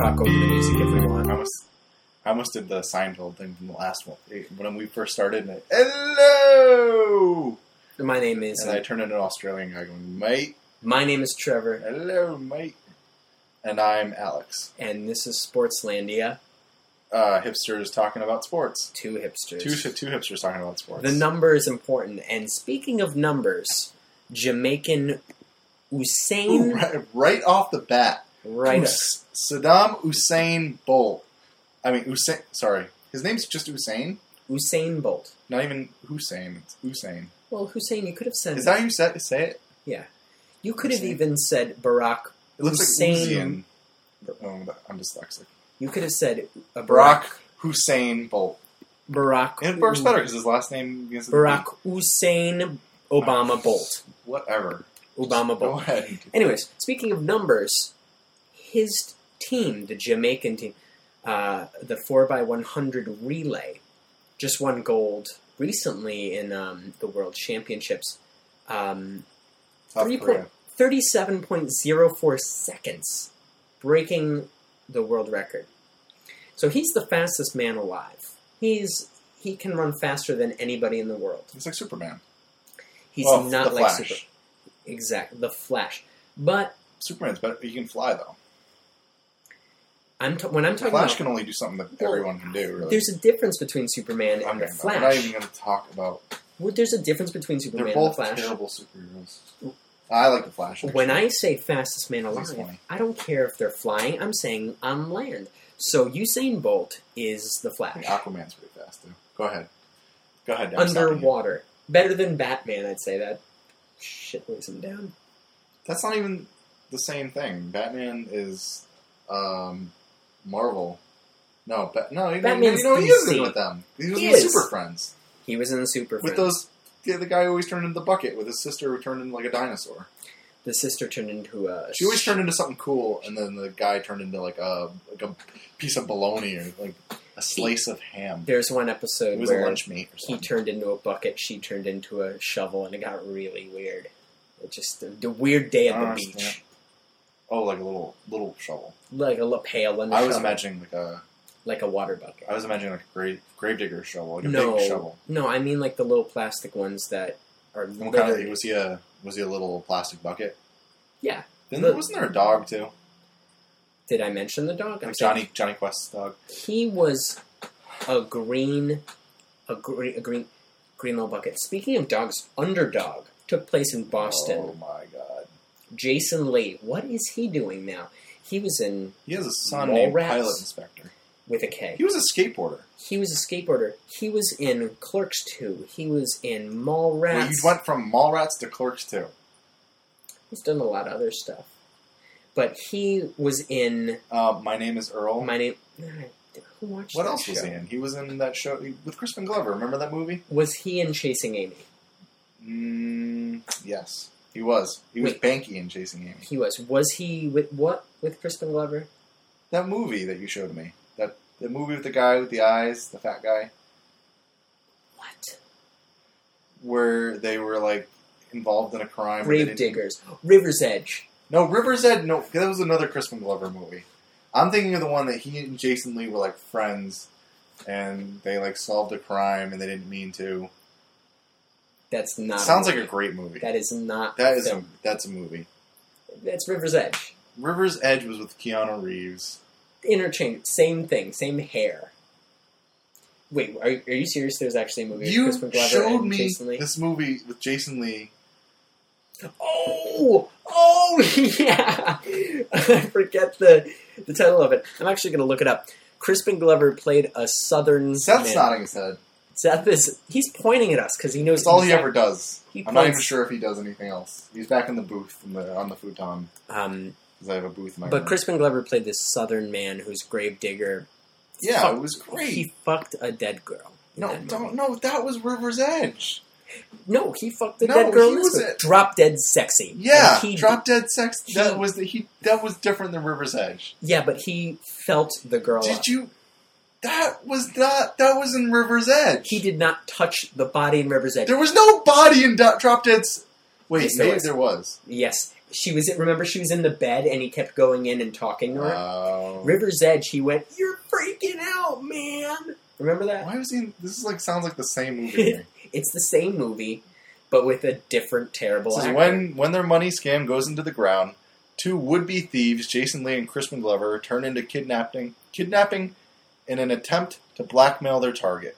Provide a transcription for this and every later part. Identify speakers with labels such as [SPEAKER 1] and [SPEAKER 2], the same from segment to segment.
[SPEAKER 1] rock over the music if we want.
[SPEAKER 2] I almost, I almost did the Seinfeld thing from the last one It- when we first started. And it, hello,
[SPEAKER 1] My name is uh,
[SPEAKER 2] and I turned into an Australian guy going, "Mate,
[SPEAKER 1] My name is Trevor,
[SPEAKER 2] hello, mate," and I'm Alex.
[SPEAKER 1] and this is Sportslandia.
[SPEAKER 2] Uh, hipsters talking about sports.
[SPEAKER 1] Two hipsters.
[SPEAKER 2] Two two hipsters talking about sports.
[SPEAKER 1] The number is important. And speaking of numbers, Jamaican
[SPEAKER 2] Ooh,
[SPEAKER 1] Usain
[SPEAKER 2] right, right off the bat,
[SPEAKER 1] right
[SPEAKER 2] Us- Saddam Hussein Bull. I mean, Hussein. Sorry, his name's just Hussein.
[SPEAKER 1] Usain Bolt.
[SPEAKER 2] Not even Hussein. It's Hussein.
[SPEAKER 1] Well, Hussein, you could have said
[SPEAKER 2] Is that how you say, say it?
[SPEAKER 1] you could have
[SPEAKER 2] Hussein?
[SPEAKER 1] even said Barack.
[SPEAKER 2] It looks
[SPEAKER 1] Hussein.
[SPEAKER 2] like Uzian. Oh, I'm dyslexic.
[SPEAKER 1] You could have said uh,
[SPEAKER 2] Barack
[SPEAKER 1] Barack.
[SPEAKER 2] Hussein Bolt.
[SPEAKER 1] Barack.
[SPEAKER 2] It works
[SPEAKER 1] U-
[SPEAKER 2] better because his last name begins with
[SPEAKER 1] Mm. Barack Usain Obama
[SPEAKER 2] Oh.
[SPEAKER 1] Bolt.
[SPEAKER 2] B. Whatever.
[SPEAKER 1] Obama
[SPEAKER 2] Go
[SPEAKER 1] Bolt.
[SPEAKER 2] ahead.
[SPEAKER 1] Anyways, speaking of numbers, his team, the Jamaican team, uh, the 4x100 relay, just won gold recently in um, the World Championships. Um,
[SPEAKER 2] South
[SPEAKER 1] Three
[SPEAKER 2] Korea.
[SPEAKER 1] point- 37.04 seconds, breaking the world record. So he's the fastest man alive. He's he can run faster than anybody in the world.
[SPEAKER 2] It's like Superman.
[SPEAKER 1] He's
[SPEAKER 2] Well,
[SPEAKER 1] not
[SPEAKER 2] Oh, the
[SPEAKER 1] like
[SPEAKER 2] Flash.
[SPEAKER 1] super exact the Flash. But
[SPEAKER 2] Superman's better. He can fly though.
[SPEAKER 1] I'm t- when I'm talking
[SPEAKER 2] Flash
[SPEAKER 1] about
[SPEAKER 2] can only do something that
[SPEAKER 1] Well,
[SPEAKER 2] everyone can do. Really.
[SPEAKER 1] There's a difference between Superman
[SPEAKER 2] Okay,
[SPEAKER 1] and the
[SPEAKER 2] We're not
[SPEAKER 1] Flash.
[SPEAKER 2] even going to talk about.
[SPEAKER 1] Well, there's a difference between Superman
[SPEAKER 2] They're
[SPEAKER 1] and the
[SPEAKER 2] both
[SPEAKER 1] Flash.
[SPEAKER 2] terrible superheroes. I like the Flash.
[SPEAKER 1] When I say fastest man
[SPEAKER 2] He's
[SPEAKER 1] alive,
[SPEAKER 2] funny.
[SPEAKER 1] I don't care if they're flying. I'm saying on land. So Usain Bolt is the Flash.
[SPEAKER 2] actually. Aquaman's pretty fast too. Go ahead. Go ahead. I'm stopping you.
[SPEAKER 1] Underwater, better than Batman, I'd say that. Shit weighs him down.
[SPEAKER 2] That's not even the same thing. Batman is um, Marvel. No, ba- no, you,
[SPEAKER 1] Batman's
[SPEAKER 2] you know he isn't
[SPEAKER 1] DC.
[SPEAKER 2] with them. He was
[SPEAKER 1] He
[SPEAKER 2] with
[SPEAKER 1] is.
[SPEAKER 2] Super Friends
[SPEAKER 1] He was in the Super
[SPEAKER 2] with
[SPEAKER 1] Friends.
[SPEAKER 2] those. Yeah, the guy who always turned into the bucket with his sister who turned into like a dinosaur.
[SPEAKER 1] The sister turned into a.
[SPEAKER 2] She always turned into something cool, and then the guy turned into like a like a piece of bologna or like a slice of ham.
[SPEAKER 1] There's one
[SPEAKER 2] It
[SPEAKER 1] episode
[SPEAKER 2] was a
[SPEAKER 1] where
[SPEAKER 2] lunch meat or
[SPEAKER 1] he
[SPEAKER 2] something.
[SPEAKER 1] turned into a bucket, she turned into a shovel, and it got really weird. It just the, the weird day at
[SPEAKER 2] I
[SPEAKER 1] the
[SPEAKER 2] don't
[SPEAKER 1] beach.
[SPEAKER 2] understand. oh, like a little little shovel.
[SPEAKER 1] like a lapel and a
[SPEAKER 2] I was
[SPEAKER 1] shovel,
[SPEAKER 2] imagining like a
[SPEAKER 1] like a water bucket.
[SPEAKER 2] I was imagining like a grave gravedigger shovel, like a
[SPEAKER 1] No.
[SPEAKER 2] big shovel.
[SPEAKER 1] No, I mean like the little plastic ones that are
[SPEAKER 2] What kind of
[SPEAKER 1] littered.
[SPEAKER 2] was he a was he a little plastic bucket?
[SPEAKER 1] Yeah.
[SPEAKER 2] Didn't,
[SPEAKER 1] The-
[SPEAKER 2] wasn't there a dog too?
[SPEAKER 1] Did I mention the dog? I'm
[SPEAKER 2] Like Johnny Johnny Quest's dog.
[SPEAKER 1] sorry. He was a green, a green, a green, green little bucket. Speaking of dogs, Underdog took place in Boston.
[SPEAKER 2] Oh my god.
[SPEAKER 1] Jason Lee, what is he doing now? He was in
[SPEAKER 2] He has a son
[SPEAKER 1] Mall
[SPEAKER 2] named
[SPEAKER 1] rats.
[SPEAKER 2] Pilot Inspector.
[SPEAKER 1] with a K.
[SPEAKER 2] He was a skateboarder.
[SPEAKER 1] He was a skateboarder. He was in Clerks 2. He was in
[SPEAKER 2] Well,
[SPEAKER 1] Mallrats.
[SPEAKER 2] he went from mall rats to clerks too.
[SPEAKER 1] He's done a lot of other stuff. But he was in
[SPEAKER 2] Uh, my name is Earl.
[SPEAKER 1] My name. Who watched
[SPEAKER 2] what
[SPEAKER 1] that
[SPEAKER 2] else was
[SPEAKER 1] show?
[SPEAKER 2] he in? He was in that show he- with Crispin Glover. Remember that movie?
[SPEAKER 1] Was he in Chasing Amy?
[SPEAKER 2] Mm, yes, he was. He was
[SPEAKER 1] Wait.
[SPEAKER 2] Banky in Chasing Amy.
[SPEAKER 1] He was. Was he with what with Crispin Glover?
[SPEAKER 2] That movie that you showed me. That the movie with the guy with the eyes, the fat guy,
[SPEAKER 1] What?
[SPEAKER 2] where they were like involved in a crime. but they
[SPEAKER 1] Grave
[SPEAKER 2] didn't-
[SPEAKER 1] Diggers, River's Edge.
[SPEAKER 2] No, River's Edge. No, that was another Crispin Glover movie. I'm thinking of the one that he and Jason Lee were like friends, and they like solved a crime and they didn't mean to.
[SPEAKER 1] That's not.
[SPEAKER 2] Sounds like a great movie.
[SPEAKER 1] That is not.
[SPEAKER 2] that is a,
[SPEAKER 1] film.
[SPEAKER 2] that's a movie.
[SPEAKER 1] That's River's Edge.
[SPEAKER 2] River's Edge was with Keanu Reeves.
[SPEAKER 1] Interchange. Same thing. Same hair. Wait, are, are you serious? There's actually a movie with
[SPEAKER 2] you
[SPEAKER 1] Crispin Glover
[SPEAKER 2] showed
[SPEAKER 1] and
[SPEAKER 2] me
[SPEAKER 1] Jason Lee.
[SPEAKER 2] this movie with Jason Lee.
[SPEAKER 1] Oh, oh, yeah. I forget the the title of it. I'm actually going to look it up. Crispin Glover played a Southern.
[SPEAKER 2] Seth's
[SPEAKER 1] man.
[SPEAKER 2] nodding his head.
[SPEAKER 1] Seth is he's pointing at us because he knows
[SPEAKER 2] That's all he
[SPEAKER 1] exact-
[SPEAKER 2] ever does.
[SPEAKER 1] He
[SPEAKER 2] I'm not even
[SPEAKER 1] points-
[SPEAKER 2] sure if he does anything else. He's back in the booth in the, on the futon
[SPEAKER 1] Um,
[SPEAKER 2] because I have a booth in my
[SPEAKER 1] but
[SPEAKER 2] room.
[SPEAKER 1] Crispin Glover played this Southern man who's gravedigger.
[SPEAKER 2] yeah,
[SPEAKER 1] fuck-
[SPEAKER 2] it was great.
[SPEAKER 1] He fucked a dead girl. in
[SPEAKER 2] no,
[SPEAKER 1] that movie.
[SPEAKER 2] don't. No, that was River's Edge.
[SPEAKER 1] No, he fucked a
[SPEAKER 2] No,
[SPEAKER 1] dead girl.
[SPEAKER 2] he
[SPEAKER 1] in this
[SPEAKER 2] was
[SPEAKER 1] movie.
[SPEAKER 2] it.
[SPEAKER 1] Drop dead sexy.
[SPEAKER 2] Yeah,
[SPEAKER 1] And he,
[SPEAKER 2] Drop Dead Sex.
[SPEAKER 1] he-
[SPEAKER 2] That was the he. That was different than River's Edge.
[SPEAKER 1] Yeah, but he felt the girl. up.
[SPEAKER 2] Did you? That was not. That was in River's Edge.
[SPEAKER 1] He did not touch the body in River's Edge.
[SPEAKER 2] There was no body in Do- Drop Dead's. Wait,
[SPEAKER 1] Yes, there
[SPEAKER 2] maybe
[SPEAKER 1] was.
[SPEAKER 2] there was.
[SPEAKER 1] Yes, she was remember she was in the bed and he kept going in and talking to her.
[SPEAKER 2] Oh.
[SPEAKER 1] River's Edge, he went, "You're freaking out, man." Remember that?
[SPEAKER 2] Why was he? In, this is like sounds like the same movie. to me.
[SPEAKER 1] It's the same movie, but with a different terrible.
[SPEAKER 2] This is
[SPEAKER 1] actor.
[SPEAKER 2] when when their money scam goes into the ground, two would-be thieves, Jason Lee and Crispin Glover, turn into kidnapping, kidnapping, in an attempt to blackmail their target.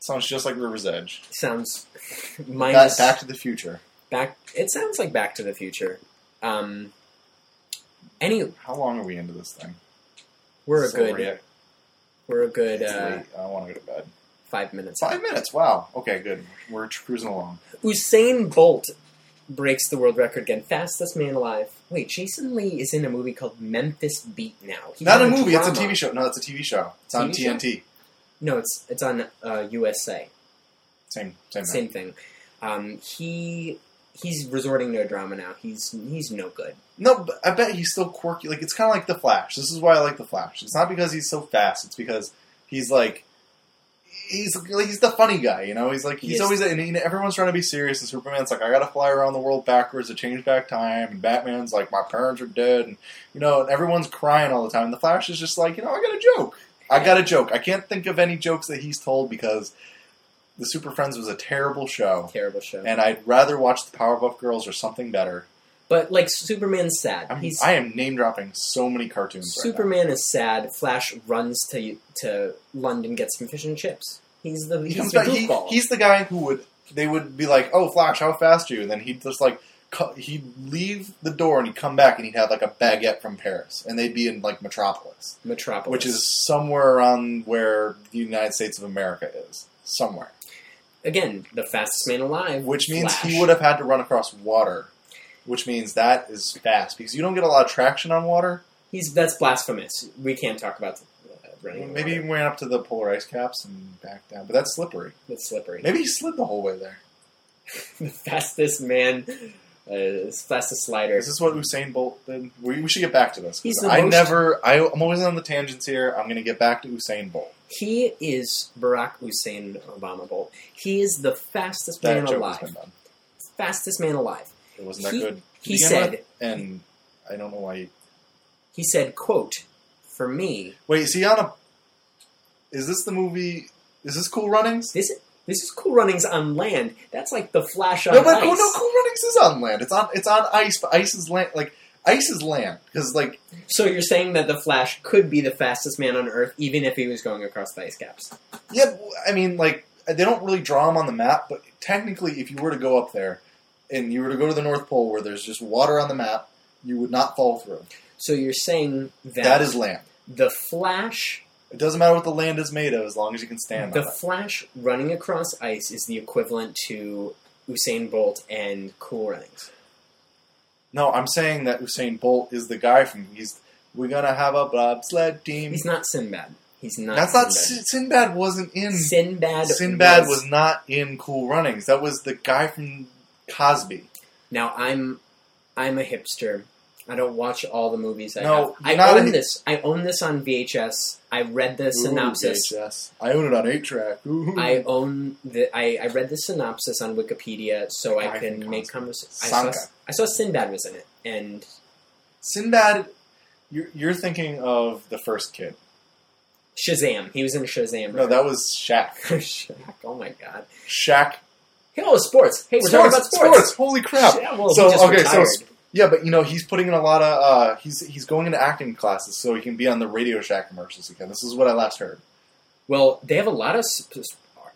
[SPEAKER 2] Sounds just like River's Edge.
[SPEAKER 1] sounds
[SPEAKER 2] Back,
[SPEAKER 1] minus
[SPEAKER 2] Back to the Future.
[SPEAKER 1] back. It sounds like Back to the Future. Um, any
[SPEAKER 2] How long are we into this thing?
[SPEAKER 1] we're a
[SPEAKER 2] So
[SPEAKER 1] good
[SPEAKER 2] we're-
[SPEAKER 1] we're a good
[SPEAKER 2] it's
[SPEAKER 1] uh,
[SPEAKER 2] late. I want to go to bed.
[SPEAKER 1] five minutes.
[SPEAKER 2] Five minutes. Wow. Okay. Good. We're cruising along.
[SPEAKER 1] Usain Bolt breaks the world record again, fastest man alive. Wait, Jason Lee is in a movie called Memphis Beat now. He's
[SPEAKER 2] Not a
[SPEAKER 1] in
[SPEAKER 2] movie. It's a
[SPEAKER 1] drama.
[SPEAKER 2] TV show. No, it's a TV show. It's on
[SPEAKER 1] TV show?
[SPEAKER 2] TNT.
[SPEAKER 1] No, it's it's on uh, USA.
[SPEAKER 2] Same. Same.
[SPEAKER 1] Same thing. Um, he he's resorting to a drama now. He's he's no good.
[SPEAKER 2] No, but I bet he's still quirky. Like it's kind of like the Flash. This is why I like the Flash. It's not because he's so fast. It's because he's like he's like, he's the funny guy. You know, he's like
[SPEAKER 1] He
[SPEAKER 2] he's
[SPEAKER 1] is.
[SPEAKER 2] always and, and everyone's trying to be serious. And Superman's like, I got to fly around the world backwards to change back time. And Batman's like, my parents are dead. And you know, and everyone's crying all the time. The Flash is just like, you know, I got a joke. I got a joke. I can't think of any jokes that he's told because the Super Friends was a terrible show,
[SPEAKER 1] Terrible show.
[SPEAKER 2] and I'd rather watch the Powerpuff Girls or something better.
[SPEAKER 1] but like Superman's sad.
[SPEAKER 2] I'm,
[SPEAKER 1] he's
[SPEAKER 2] I am name dropping so many cartoons. Right
[SPEAKER 1] Superman is sad. Flash runs to to London, gets some fish and chips. He's the
[SPEAKER 2] now.
[SPEAKER 1] he's
[SPEAKER 2] He comes
[SPEAKER 1] the
[SPEAKER 2] back- he-
[SPEAKER 1] goofball.
[SPEAKER 2] he's the guy who would they would be like, "Oh, Flash, how fast are you?" And then he'd just like cu- he'd leave the door and he'd come back and he'd have like a baguette from Paris, and they'd be in like Metropolis,
[SPEAKER 1] Metropolis,
[SPEAKER 2] which is somewhere around where the United States of America is, somewhere.
[SPEAKER 1] again the fastest man alive.
[SPEAKER 2] Which means
[SPEAKER 1] Flash.
[SPEAKER 2] he would have had to run across water, which means that is fast because you don't get a lot of traction on water.
[SPEAKER 1] He's that's blasphemous. We can't talk about uh, running.
[SPEAKER 2] Maybe he
[SPEAKER 1] water.
[SPEAKER 2] went up to the polar ice caps and back down, but that's slippery.
[SPEAKER 1] it's slippery.
[SPEAKER 2] Maybe he slid the whole way there.
[SPEAKER 1] the fastest man, uh, fastest slider.
[SPEAKER 2] Is this what Usain Bolt did? We, we should get back to this. 'cause
[SPEAKER 1] He's the
[SPEAKER 2] I
[SPEAKER 1] most-
[SPEAKER 2] never. I, I'm always on the tangents here. I'm going to get back to Usain Bolt.
[SPEAKER 1] He is Barack Hussein Obama Bolt. He is the fastest
[SPEAKER 2] That
[SPEAKER 1] man
[SPEAKER 2] joke has
[SPEAKER 1] alive.
[SPEAKER 2] been done.
[SPEAKER 1] Fastest man alive.
[SPEAKER 2] It wasn't that
[SPEAKER 1] He-
[SPEAKER 2] good. to
[SPEAKER 1] He
[SPEAKER 2] begin
[SPEAKER 1] said.
[SPEAKER 2] with, and I don't know why. You,
[SPEAKER 1] He said, "Quote for me.
[SPEAKER 2] wait, is he on a? Is this the movie? Is this Cool Runnings?
[SPEAKER 1] This this is Cool Runnings on land. That's like the Flash on
[SPEAKER 2] No, but
[SPEAKER 1] ice.
[SPEAKER 2] Cool, no, Cool Runnings is on land. It's on. It's on ice, but ice is land. Like ice is land because like
[SPEAKER 1] So you're saying that the Flash could be the fastest man on Earth, even if he was going across the ice caps?
[SPEAKER 2] Yeah, w- I mean, like they don't really draw them on the map, but technically, if you were to go up there and you were to go to the North Pole, where there's just water on the map, you would not fall through.
[SPEAKER 1] So you're saying that,
[SPEAKER 2] that is land.
[SPEAKER 1] the Flash,
[SPEAKER 2] It doesn't matter what the land is made of, as long as you can stand
[SPEAKER 1] the
[SPEAKER 2] on it.
[SPEAKER 1] Flash running across ice is the equivalent to Usain Bolt and Cool Runnings.
[SPEAKER 2] No, I'm saying that Usain Bolt is the guy from. He's we're gonna have a bobsled team.
[SPEAKER 1] He's not Sinbad. He's not.
[SPEAKER 2] That's not
[SPEAKER 1] Sinbad.
[SPEAKER 2] Sin- Sinbad. Wasn't in
[SPEAKER 1] Sinbad.
[SPEAKER 2] Sinbad was not in Cool Runnings. That was the guy from Cosby.
[SPEAKER 1] now. I'm I'm a hipster. I don't watch all the movies. I
[SPEAKER 2] No,
[SPEAKER 1] have. I
[SPEAKER 2] you're not
[SPEAKER 1] own
[SPEAKER 2] a-
[SPEAKER 1] this. I own this on VHS. I read the synopsis.
[SPEAKER 2] Ooh, VHS. I own it on eight track.
[SPEAKER 1] I own the. I, I read the synopsis on Wikipedia, so I
[SPEAKER 2] Guy
[SPEAKER 1] can
[SPEAKER 2] from
[SPEAKER 1] make
[SPEAKER 2] Cosby.
[SPEAKER 1] conversation. I saw,
[SPEAKER 2] Sanka.
[SPEAKER 1] I saw Sinbad was in it, and
[SPEAKER 2] Sinbad, you're, you're thinking of the first kid.
[SPEAKER 1] Shazam. He was in Shazam.
[SPEAKER 2] No, that was Shaq.
[SPEAKER 1] Shaq. Oh my god.
[SPEAKER 2] Shaq.
[SPEAKER 1] Hey, oh, sports. Hey, we're talking about sports.
[SPEAKER 2] Holy crap!
[SPEAKER 1] Yeah, well, he
[SPEAKER 2] So,
[SPEAKER 1] just
[SPEAKER 2] okay, so
[SPEAKER 1] retired.
[SPEAKER 2] s- Yeah, but you know he's putting in a lot of. Uh, he's he's going into acting classes so he can be on the Radio Shack commercials again. This is what I last heard.
[SPEAKER 1] well, they have a lot of s- s-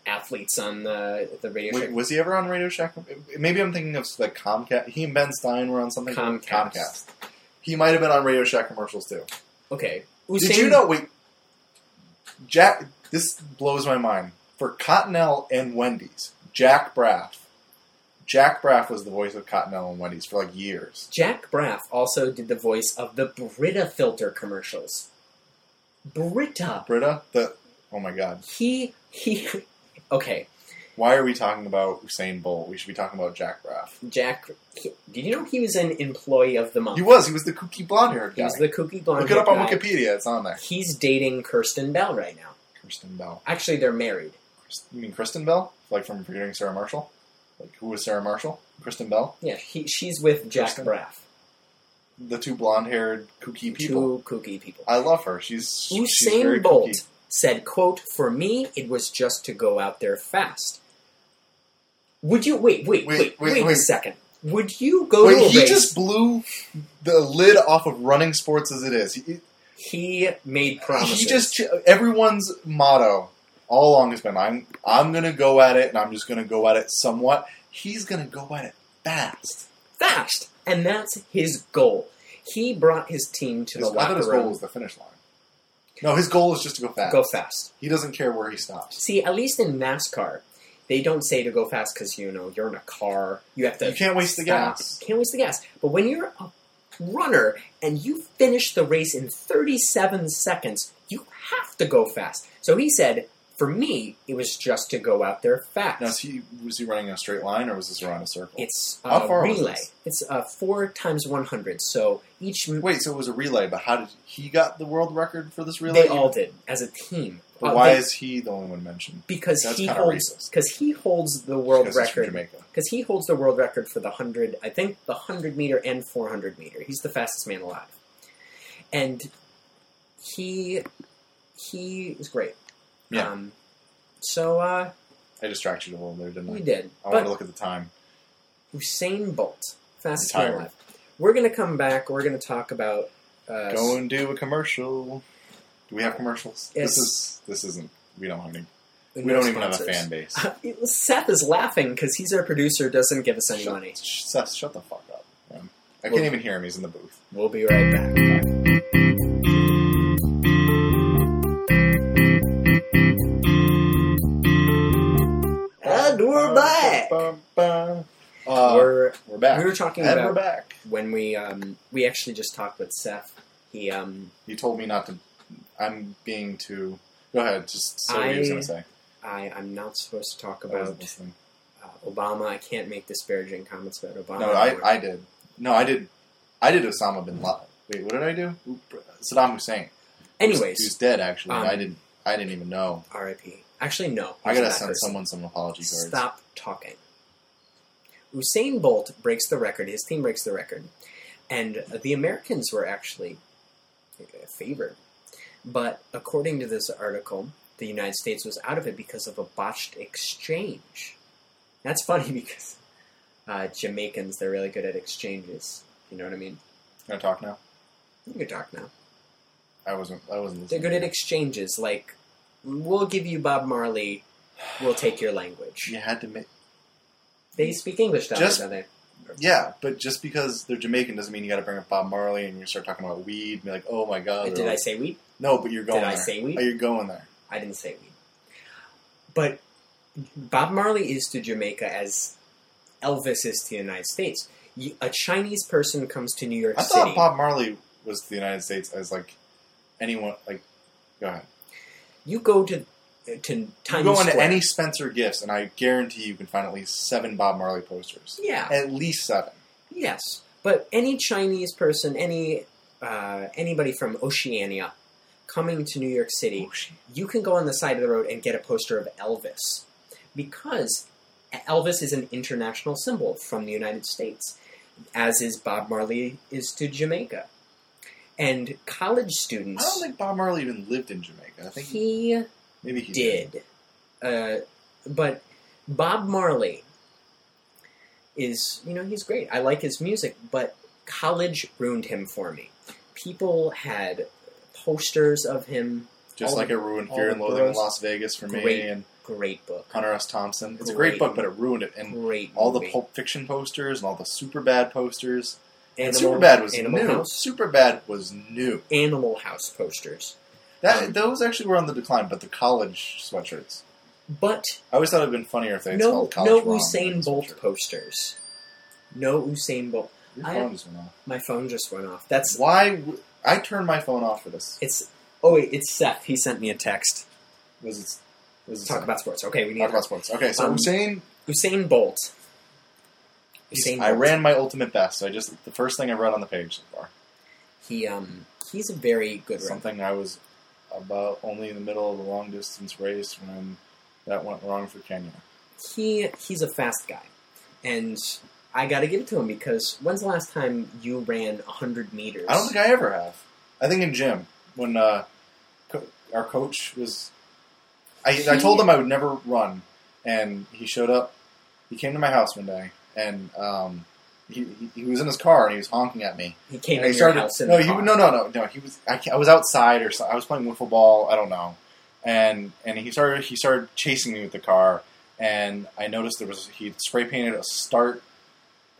[SPEAKER 1] athletes on the the radio show.
[SPEAKER 2] Wait, was he ever on Radio Shack? Maybe I'm thinking of like Comcast. He and Ben Stein were on something.
[SPEAKER 1] Comcast.
[SPEAKER 2] He might have been on Radio Shack commercials too.
[SPEAKER 1] Okay.
[SPEAKER 2] Did you know? Wait, Jack. This blows my mind. For Cottonelle and Wendy's, Jack Braff. Jack Braff was the voice of Cottonelle and Wendy's for like years.
[SPEAKER 1] Jack Braff also did the voice of the Brita filter commercials? Brita.
[SPEAKER 2] Britta, the oh my god,
[SPEAKER 1] He he. Okay,
[SPEAKER 2] why are we talking about Usain Bolt? We should be talking about Jack Braff.
[SPEAKER 1] Jack. He, did you know he was an employee of the month?
[SPEAKER 2] He was. He was the kooky blonde haired
[SPEAKER 1] He
[SPEAKER 2] guy.
[SPEAKER 1] was the kooky blonde.
[SPEAKER 2] Look it up on
[SPEAKER 1] guy.
[SPEAKER 2] Wikipedia. It's on there.
[SPEAKER 1] He's dating Kirsten Bell right now.
[SPEAKER 2] Kristen Bell.
[SPEAKER 1] Actually, they're married.
[SPEAKER 2] You mean Kristen Bell? Like from Forgetting Sarah Marshall? Like who was Sarah Marshall? Kristen Bell,
[SPEAKER 1] Yeah, he, she's with Jack
[SPEAKER 2] Kristen?
[SPEAKER 1] Braff.
[SPEAKER 2] the two blonde-haired kooky people.
[SPEAKER 1] Two kooky people.
[SPEAKER 2] I love her. She's she's very
[SPEAKER 1] Usain Bolt
[SPEAKER 2] kooky.
[SPEAKER 1] said, "quote For me, it was just to go out there fast." Would you wait? Wait,
[SPEAKER 2] Wait,
[SPEAKER 1] wait, wait,
[SPEAKER 2] wait,
[SPEAKER 1] a
[SPEAKER 2] wait.
[SPEAKER 1] second. Would you go
[SPEAKER 2] Wait,
[SPEAKER 1] to a
[SPEAKER 2] he
[SPEAKER 1] race?
[SPEAKER 2] just blew the lid off of running sports as it is. He,
[SPEAKER 1] He made promises.
[SPEAKER 2] He just everyone's motto all along has been I'm I'm gonna go at it and I'm just gonna go at it somewhat. He's gonna go at it fast.
[SPEAKER 1] fast, and that's his goal. He brought his team to
[SPEAKER 2] His,
[SPEAKER 1] the
[SPEAKER 2] I thought
[SPEAKER 1] locker
[SPEAKER 2] his goal
[SPEAKER 1] room.
[SPEAKER 2] was the finish line. No, his goal is just to go fast.
[SPEAKER 1] Go fast.
[SPEAKER 2] He doesn't care where he stops.
[SPEAKER 1] See, at least in NASCAR, they don't say to go fast because you know you're in a car. You have to.
[SPEAKER 2] You can't waste the
[SPEAKER 1] stop.
[SPEAKER 2] gas.
[SPEAKER 1] Can't waste the gas. But when you're a runner and you finish the race in 37 seconds, you have to go fast. So he said, for me, it was just to go out there fast.
[SPEAKER 2] Now, is he, was he running in a straight line or was this around a circle?
[SPEAKER 1] it's
[SPEAKER 2] How
[SPEAKER 1] a
[SPEAKER 2] far was
[SPEAKER 1] relay.
[SPEAKER 2] this?
[SPEAKER 1] It's uh, four times 100. So each m-
[SPEAKER 2] Wait, so it was a relay, but how did he got the world record for this relay?
[SPEAKER 1] they all did as a team.
[SPEAKER 2] But
[SPEAKER 1] Uh,
[SPEAKER 2] why
[SPEAKER 1] they-
[SPEAKER 2] is he the only one mentioned?
[SPEAKER 1] because
[SPEAKER 2] that's
[SPEAKER 1] he
[SPEAKER 2] kinda
[SPEAKER 1] holds
[SPEAKER 2] racist.
[SPEAKER 1] because he holds the world
[SPEAKER 2] Because he's from
[SPEAKER 1] record
[SPEAKER 2] Jamaica.
[SPEAKER 1] because he holds the world record for the 100 i think the 100 meter and 400 meter he's the fastest man alive and he he is great
[SPEAKER 2] Yeah.
[SPEAKER 1] um, so uh,
[SPEAKER 2] I distracted you a little there, didn't I?
[SPEAKER 1] we did
[SPEAKER 2] I wanted to
[SPEAKER 1] but
[SPEAKER 2] look at the time.
[SPEAKER 1] usain bolt fastest
[SPEAKER 2] I'm
[SPEAKER 1] man
[SPEAKER 2] tired.
[SPEAKER 1] alive we're gonna come back we're gonna talk about uh,
[SPEAKER 2] Go and do a commercial. Do we have commercials?
[SPEAKER 1] Yes.
[SPEAKER 2] This is this isn't. We don't have any.
[SPEAKER 1] no
[SPEAKER 2] we don't even have a
[SPEAKER 1] sponsors.
[SPEAKER 2] fan base.
[SPEAKER 1] Seth is laughing because he's our producer, doesn't give us any
[SPEAKER 2] shut,
[SPEAKER 1] money.
[SPEAKER 2] sh- Seth, shut the fuck up. man. I
[SPEAKER 1] Well-
[SPEAKER 2] can't even hear him. He's in the booth.
[SPEAKER 1] We'll be right back. And we're back.
[SPEAKER 2] Bum, bum, bum. Uh, we're,
[SPEAKER 1] we're,
[SPEAKER 2] back.
[SPEAKER 1] we were talking
[SPEAKER 2] and we're
[SPEAKER 1] about
[SPEAKER 2] back.
[SPEAKER 1] when we um, we actually just talked with Seth. He um,
[SPEAKER 2] You told me not to. I'm being too. Go ahead. Just say what he was
[SPEAKER 1] I-
[SPEAKER 2] going to say.
[SPEAKER 1] I I'm not supposed to talk
[SPEAKER 2] I wasn't
[SPEAKER 1] about
[SPEAKER 2] listening.
[SPEAKER 1] uh, Obama. I can't make disparaging comments about Obama.
[SPEAKER 2] No, I, I did. No, I did. I did Osama bin Laden. Wait, what did I do? Oop, Saddam Hussein. who's
[SPEAKER 1] Anyways,
[SPEAKER 2] dead actually?
[SPEAKER 1] um,
[SPEAKER 2] I didn't. I didn't even know.
[SPEAKER 1] R.I.P. Actually, no.
[SPEAKER 2] I gotta
[SPEAKER 1] He's
[SPEAKER 2] send
[SPEAKER 1] not first.
[SPEAKER 2] someone some apology cards.
[SPEAKER 1] Stop talking. Usain Bolt breaks the record. His team breaks the record, and the Americans were actually uh, favored. But according to this article, the United States was out of it because of a botched exchange. That's funny because uh, Jamaicans they're really good at exchanges. You know what I mean?
[SPEAKER 2] Can I talk now?
[SPEAKER 1] You can talk now.
[SPEAKER 2] I wasn't. I wasn't.
[SPEAKER 1] They're
[SPEAKER 2] Listening
[SPEAKER 1] good at exchanges. Like we'll give you Bob Marley, we'll take your language.
[SPEAKER 2] You had to make.
[SPEAKER 1] They speak English down
[SPEAKER 2] Just-
[SPEAKER 1] there, don't they?
[SPEAKER 2] Yeah, but just because they're Jamaican doesn't mean you got to bring up Bob Marley and you start talking about weed. And be like, oh my god.
[SPEAKER 1] Did
[SPEAKER 2] they're
[SPEAKER 1] I
[SPEAKER 2] like-
[SPEAKER 1] say we?
[SPEAKER 2] No, but you're going.
[SPEAKER 1] Did I
[SPEAKER 2] there.
[SPEAKER 1] say
[SPEAKER 2] Oh,
[SPEAKER 1] weed?
[SPEAKER 2] you're going there.
[SPEAKER 1] I didn't say weed. But Bob Marley is to Jamaica as Elvis is to the United States. You, a Chinese person comes to New York
[SPEAKER 2] I
[SPEAKER 1] City.
[SPEAKER 2] thought Bob Marley was to the United States as like anyone. Like, go ahead.
[SPEAKER 1] you go to uh, to Times
[SPEAKER 2] you go into
[SPEAKER 1] Square.
[SPEAKER 2] any Spencer Gifts, and I guarantee you can find at least seven Bob Marley posters.
[SPEAKER 1] yeah,
[SPEAKER 2] At least seven.
[SPEAKER 1] yes. But any Chinese person, any uh, anybody from Oceania coming to New York City, you can go on the side of the road and get a poster of Elvis because Elvis is an international symbol from the United States, as is Bob Marley is to Jamaica. And college
[SPEAKER 2] I don't
[SPEAKER 1] students,
[SPEAKER 2] think Bob Marley even lived in Jamaica. I think
[SPEAKER 1] he
[SPEAKER 2] maybe he
[SPEAKER 1] did. Uh, but Bob Marley is, you know, he's great. I like his music, but college ruined him for me. People had posters of him.
[SPEAKER 2] Just
[SPEAKER 1] All
[SPEAKER 2] like
[SPEAKER 1] the-
[SPEAKER 2] it ruined
[SPEAKER 1] all
[SPEAKER 2] Fear
[SPEAKER 1] the
[SPEAKER 2] and Loathing in
[SPEAKER 1] bros.
[SPEAKER 2] Las Vegas for me
[SPEAKER 1] Great.
[SPEAKER 2] and
[SPEAKER 1] Great book.
[SPEAKER 2] Hunter S. Thompson. It's a great
[SPEAKER 1] Great.
[SPEAKER 2] book, but it ruined it. And
[SPEAKER 1] Great.
[SPEAKER 2] all the
[SPEAKER 1] movie.
[SPEAKER 2] Pulp Fiction posters and all the Superbad posters. And
[SPEAKER 1] Animal-
[SPEAKER 2] Superbad was
[SPEAKER 1] Animal
[SPEAKER 2] new.
[SPEAKER 1] House.
[SPEAKER 2] Superbad was new.
[SPEAKER 1] Animal House posters.
[SPEAKER 2] That
[SPEAKER 1] Um,
[SPEAKER 2] those actually were on the decline, but the college sweatshirts.
[SPEAKER 1] But
[SPEAKER 2] I always thought it'd been funnier if they had
[SPEAKER 1] no,
[SPEAKER 2] spelled college
[SPEAKER 1] no
[SPEAKER 2] wrong.
[SPEAKER 1] Usain
[SPEAKER 2] That's
[SPEAKER 1] Bolt
[SPEAKER 2] for sure.
[SPEAKER 1] posters. No Usain Bolt.
[SPEAKER 2] Your
[SPEAKER 1] I-
[SPEAKER 2] phone just went off.
[SPEAKER 1] My phone just went off. That's
[SPEAKER 2] Why? W- I turned my phone off for this.
[SPEAKER 1] it's. Oh wait, it's Seth. He sent me a text.
[SPEAKER 2] Was it? Was it
[SPEAKER 1] Talk about sports. Okay, we need
[SPEAKER 2] talk about sports. Okay, so
[SPEAKER 1] Um,
[SPEAKER 2] Usain
[SPEAKER 1] Usain Bolt. Usain
[SPEAKER 2] I
[SPEAKER 1] Bolt.
[SPEAKER 2] ran my ultimate best. So I just the first thing I read on the page so far.
[SPEAKER 1] He um he's a very good runner.
[SPEAKER 2] Something I was about only in the middle of a long distance race when that went wrong for Kenya.
[SPEAKER 1] He he's a fast guy, and I got to give it to him because when's the last time you ran 100 meters?
[SPEAKER 2] I don't think I ever have. I think in gym when uh, co- our coach was, I, I told him I would never run, and he showed up. He came to my house one day, and um, he, he he was in his car and he was honking at me.
[SPEAKER 1] he came
[SPEAKER 2] And
[SPEAKER 1] in
[SPEAKER 2] he
[SPEAKER 1] your house in
[SPEAKER 2] no,
[SPEAKER 1] the
[SPEAKER 2] he,
[SPEAKER 1] car.
[SPEAKER 2] no, no, no, no. He was. I, ca- I was outside or so, I was playing wiffle ball. I don't know. And and he started he started chasing me with the car. And I noticed there was he spray painted a start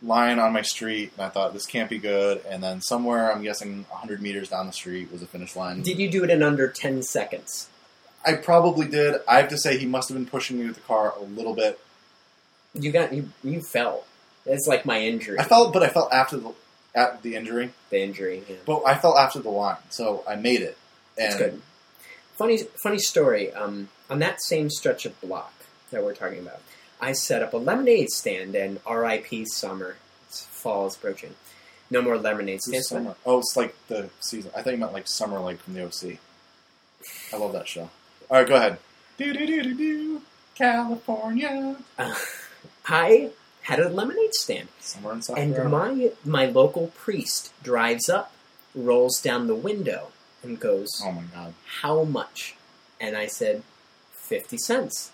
[SPEAKER 2] line on my street, and I thought this can't be good. And then somewhere, I'm guessing 100 meters down the street was a finish line.
[SPEAKER 1] Did you do it in under 10 seconds?
[SPEAKER 2] I probably did. I have to say he must have been pushing me with the car a little bit.
[SPEAKER 1] You got you you fell. It's like my injury.
[SPEAKER 2] I felt, but I felt after the at the injury,
[SPEAKER 1] the injury. Yeah.
[SPEAKER 2] but um, I felt after the line, so I made it. And
[SPEAKER 1] That's good. Funny, funny story. Um, on that same stretch of block that we're talking about, I set up a lemonade stand. And R.I.P. Summer. It's fall is approaching. No more lemonade
[SPEAKER 2] This is
[SPEAKER 1] stands.
[SPEAKER 2] summer. Oh, it's like the season. I thought you meant like summer, like from the OC. I love that show. All right, go ahead. Do do do do do. California.
[SPEAKER 1] Uh, I had a lemonade stand,
[SPEAKER 2] Summer in South
[SPEAKER 1] and
[SPEAKER 2] Carolina.
[SPEAKER 1] my my local priest drives up, rolls down the window, and goes,
[SPEAKER 2] Oh my god.
[SPEAKER 1] how much? And I said, 50 cents.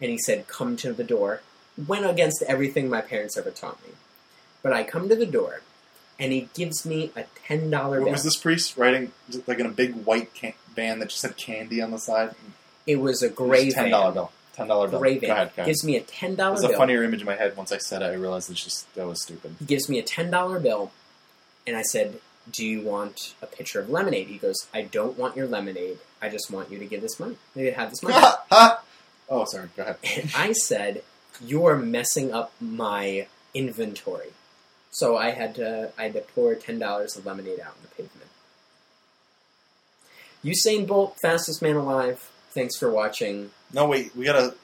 [SPEAKER 1] And he said, come to the door. Went against everything my parents ever taught me. But I come to the door, and he gives me a $10
[SPEAKER 2] What
[SPEAKER 1] bill.
[SPEAKER 2] was this priest riding? just, Like in a big white can- van that just had candy on the side.
[SPEAKER 1] It was a
[SPEAKER 2] It was
[SPEAKER 1] gray
[SPEAKER 2] a ten dollar bill. Ten dollar bill.
[SPEAKER 1] Gray
[SPEAKER 2] Go
[SPEAKER 1] van.
[SPEAKER 2] ahead, go ahead.
[SPEAKER 1] Gives me a $10
[SPEAKER 2] There's
[SPEAKER 1] bill.
[SPEAKER 2] a funnier image in my head. Once I said it, I realized it's just that was stupid.
[SPEAKER 1] He gives me a $10 bill, and I said, Do you want a pitcher of lemonade? He goes, I don't want your lemonade. I just want you to give this money. You have this money.
[SPEAKER 2] oh, sorry. Go ahead.
[SPEAKER 1] And I said, "You are messing up my inventory." So I had to I had to pour ten dollars of lemonade out on the pavement. Usain Bolt, fastest man alive. Thanks for watching.
[SPEAKER 2] No, wait. We gotta.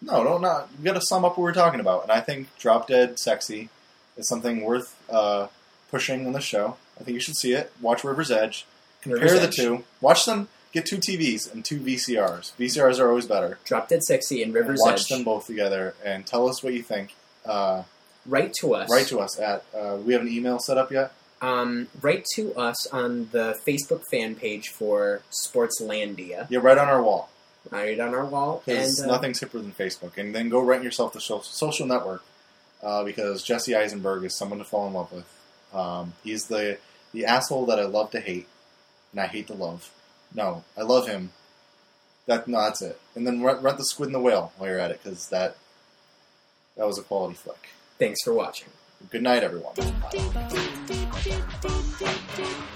[SPEAKER 2] No, no, not. We gotta sum up what we're talking about, and I think drop dead sexy is something worth uh, pushing on the show. I think you should see it. Watch River's Edge. Compare
[SPEAKER 1] River's
[SPEAKER 2] the
[SPEAKER 1] Edge.
[SPEAKER 2] two. Watch them. Get two TVs and two VCRs. VCRs are always better.
[SPEAKER 1] Drop Dead Sexy and Rivers
[SPEAKER 2] Watch
[SPEAKER 1] Edge.
[SPEAKER 2] them both together and tell us what you think. Uh,
[SPEAKER 1] Write to us.
[SPEAKER 2] write to us at. Uh, we have an email set up yet.
[SPEAKER 1] um, write to us on the Facebook fan page for Sportslandia.
[SPEAKER 2] Yeah, right on our wall
[SPEAKER 1] Write it on our wall. And
[SPEAKER 2] because
[SPEAKER 1] uh,
[SPEAKER 2] nothing's hipper than Facebook. And then go rent yourself the so- social network uh, because Jesse Eisenberg is someone to fall in love with. Um, he's the the asshole that I love to hate, and I hate to love. No, I love him. That no, that's it. And then rent, rent the Squid and the Whale while you're at it because that that was a quality flick.
[SPEAKER 1] thanks for watching.
[SPEAKER 2] Good night, everyone.
[SPEAKER 3] Bye.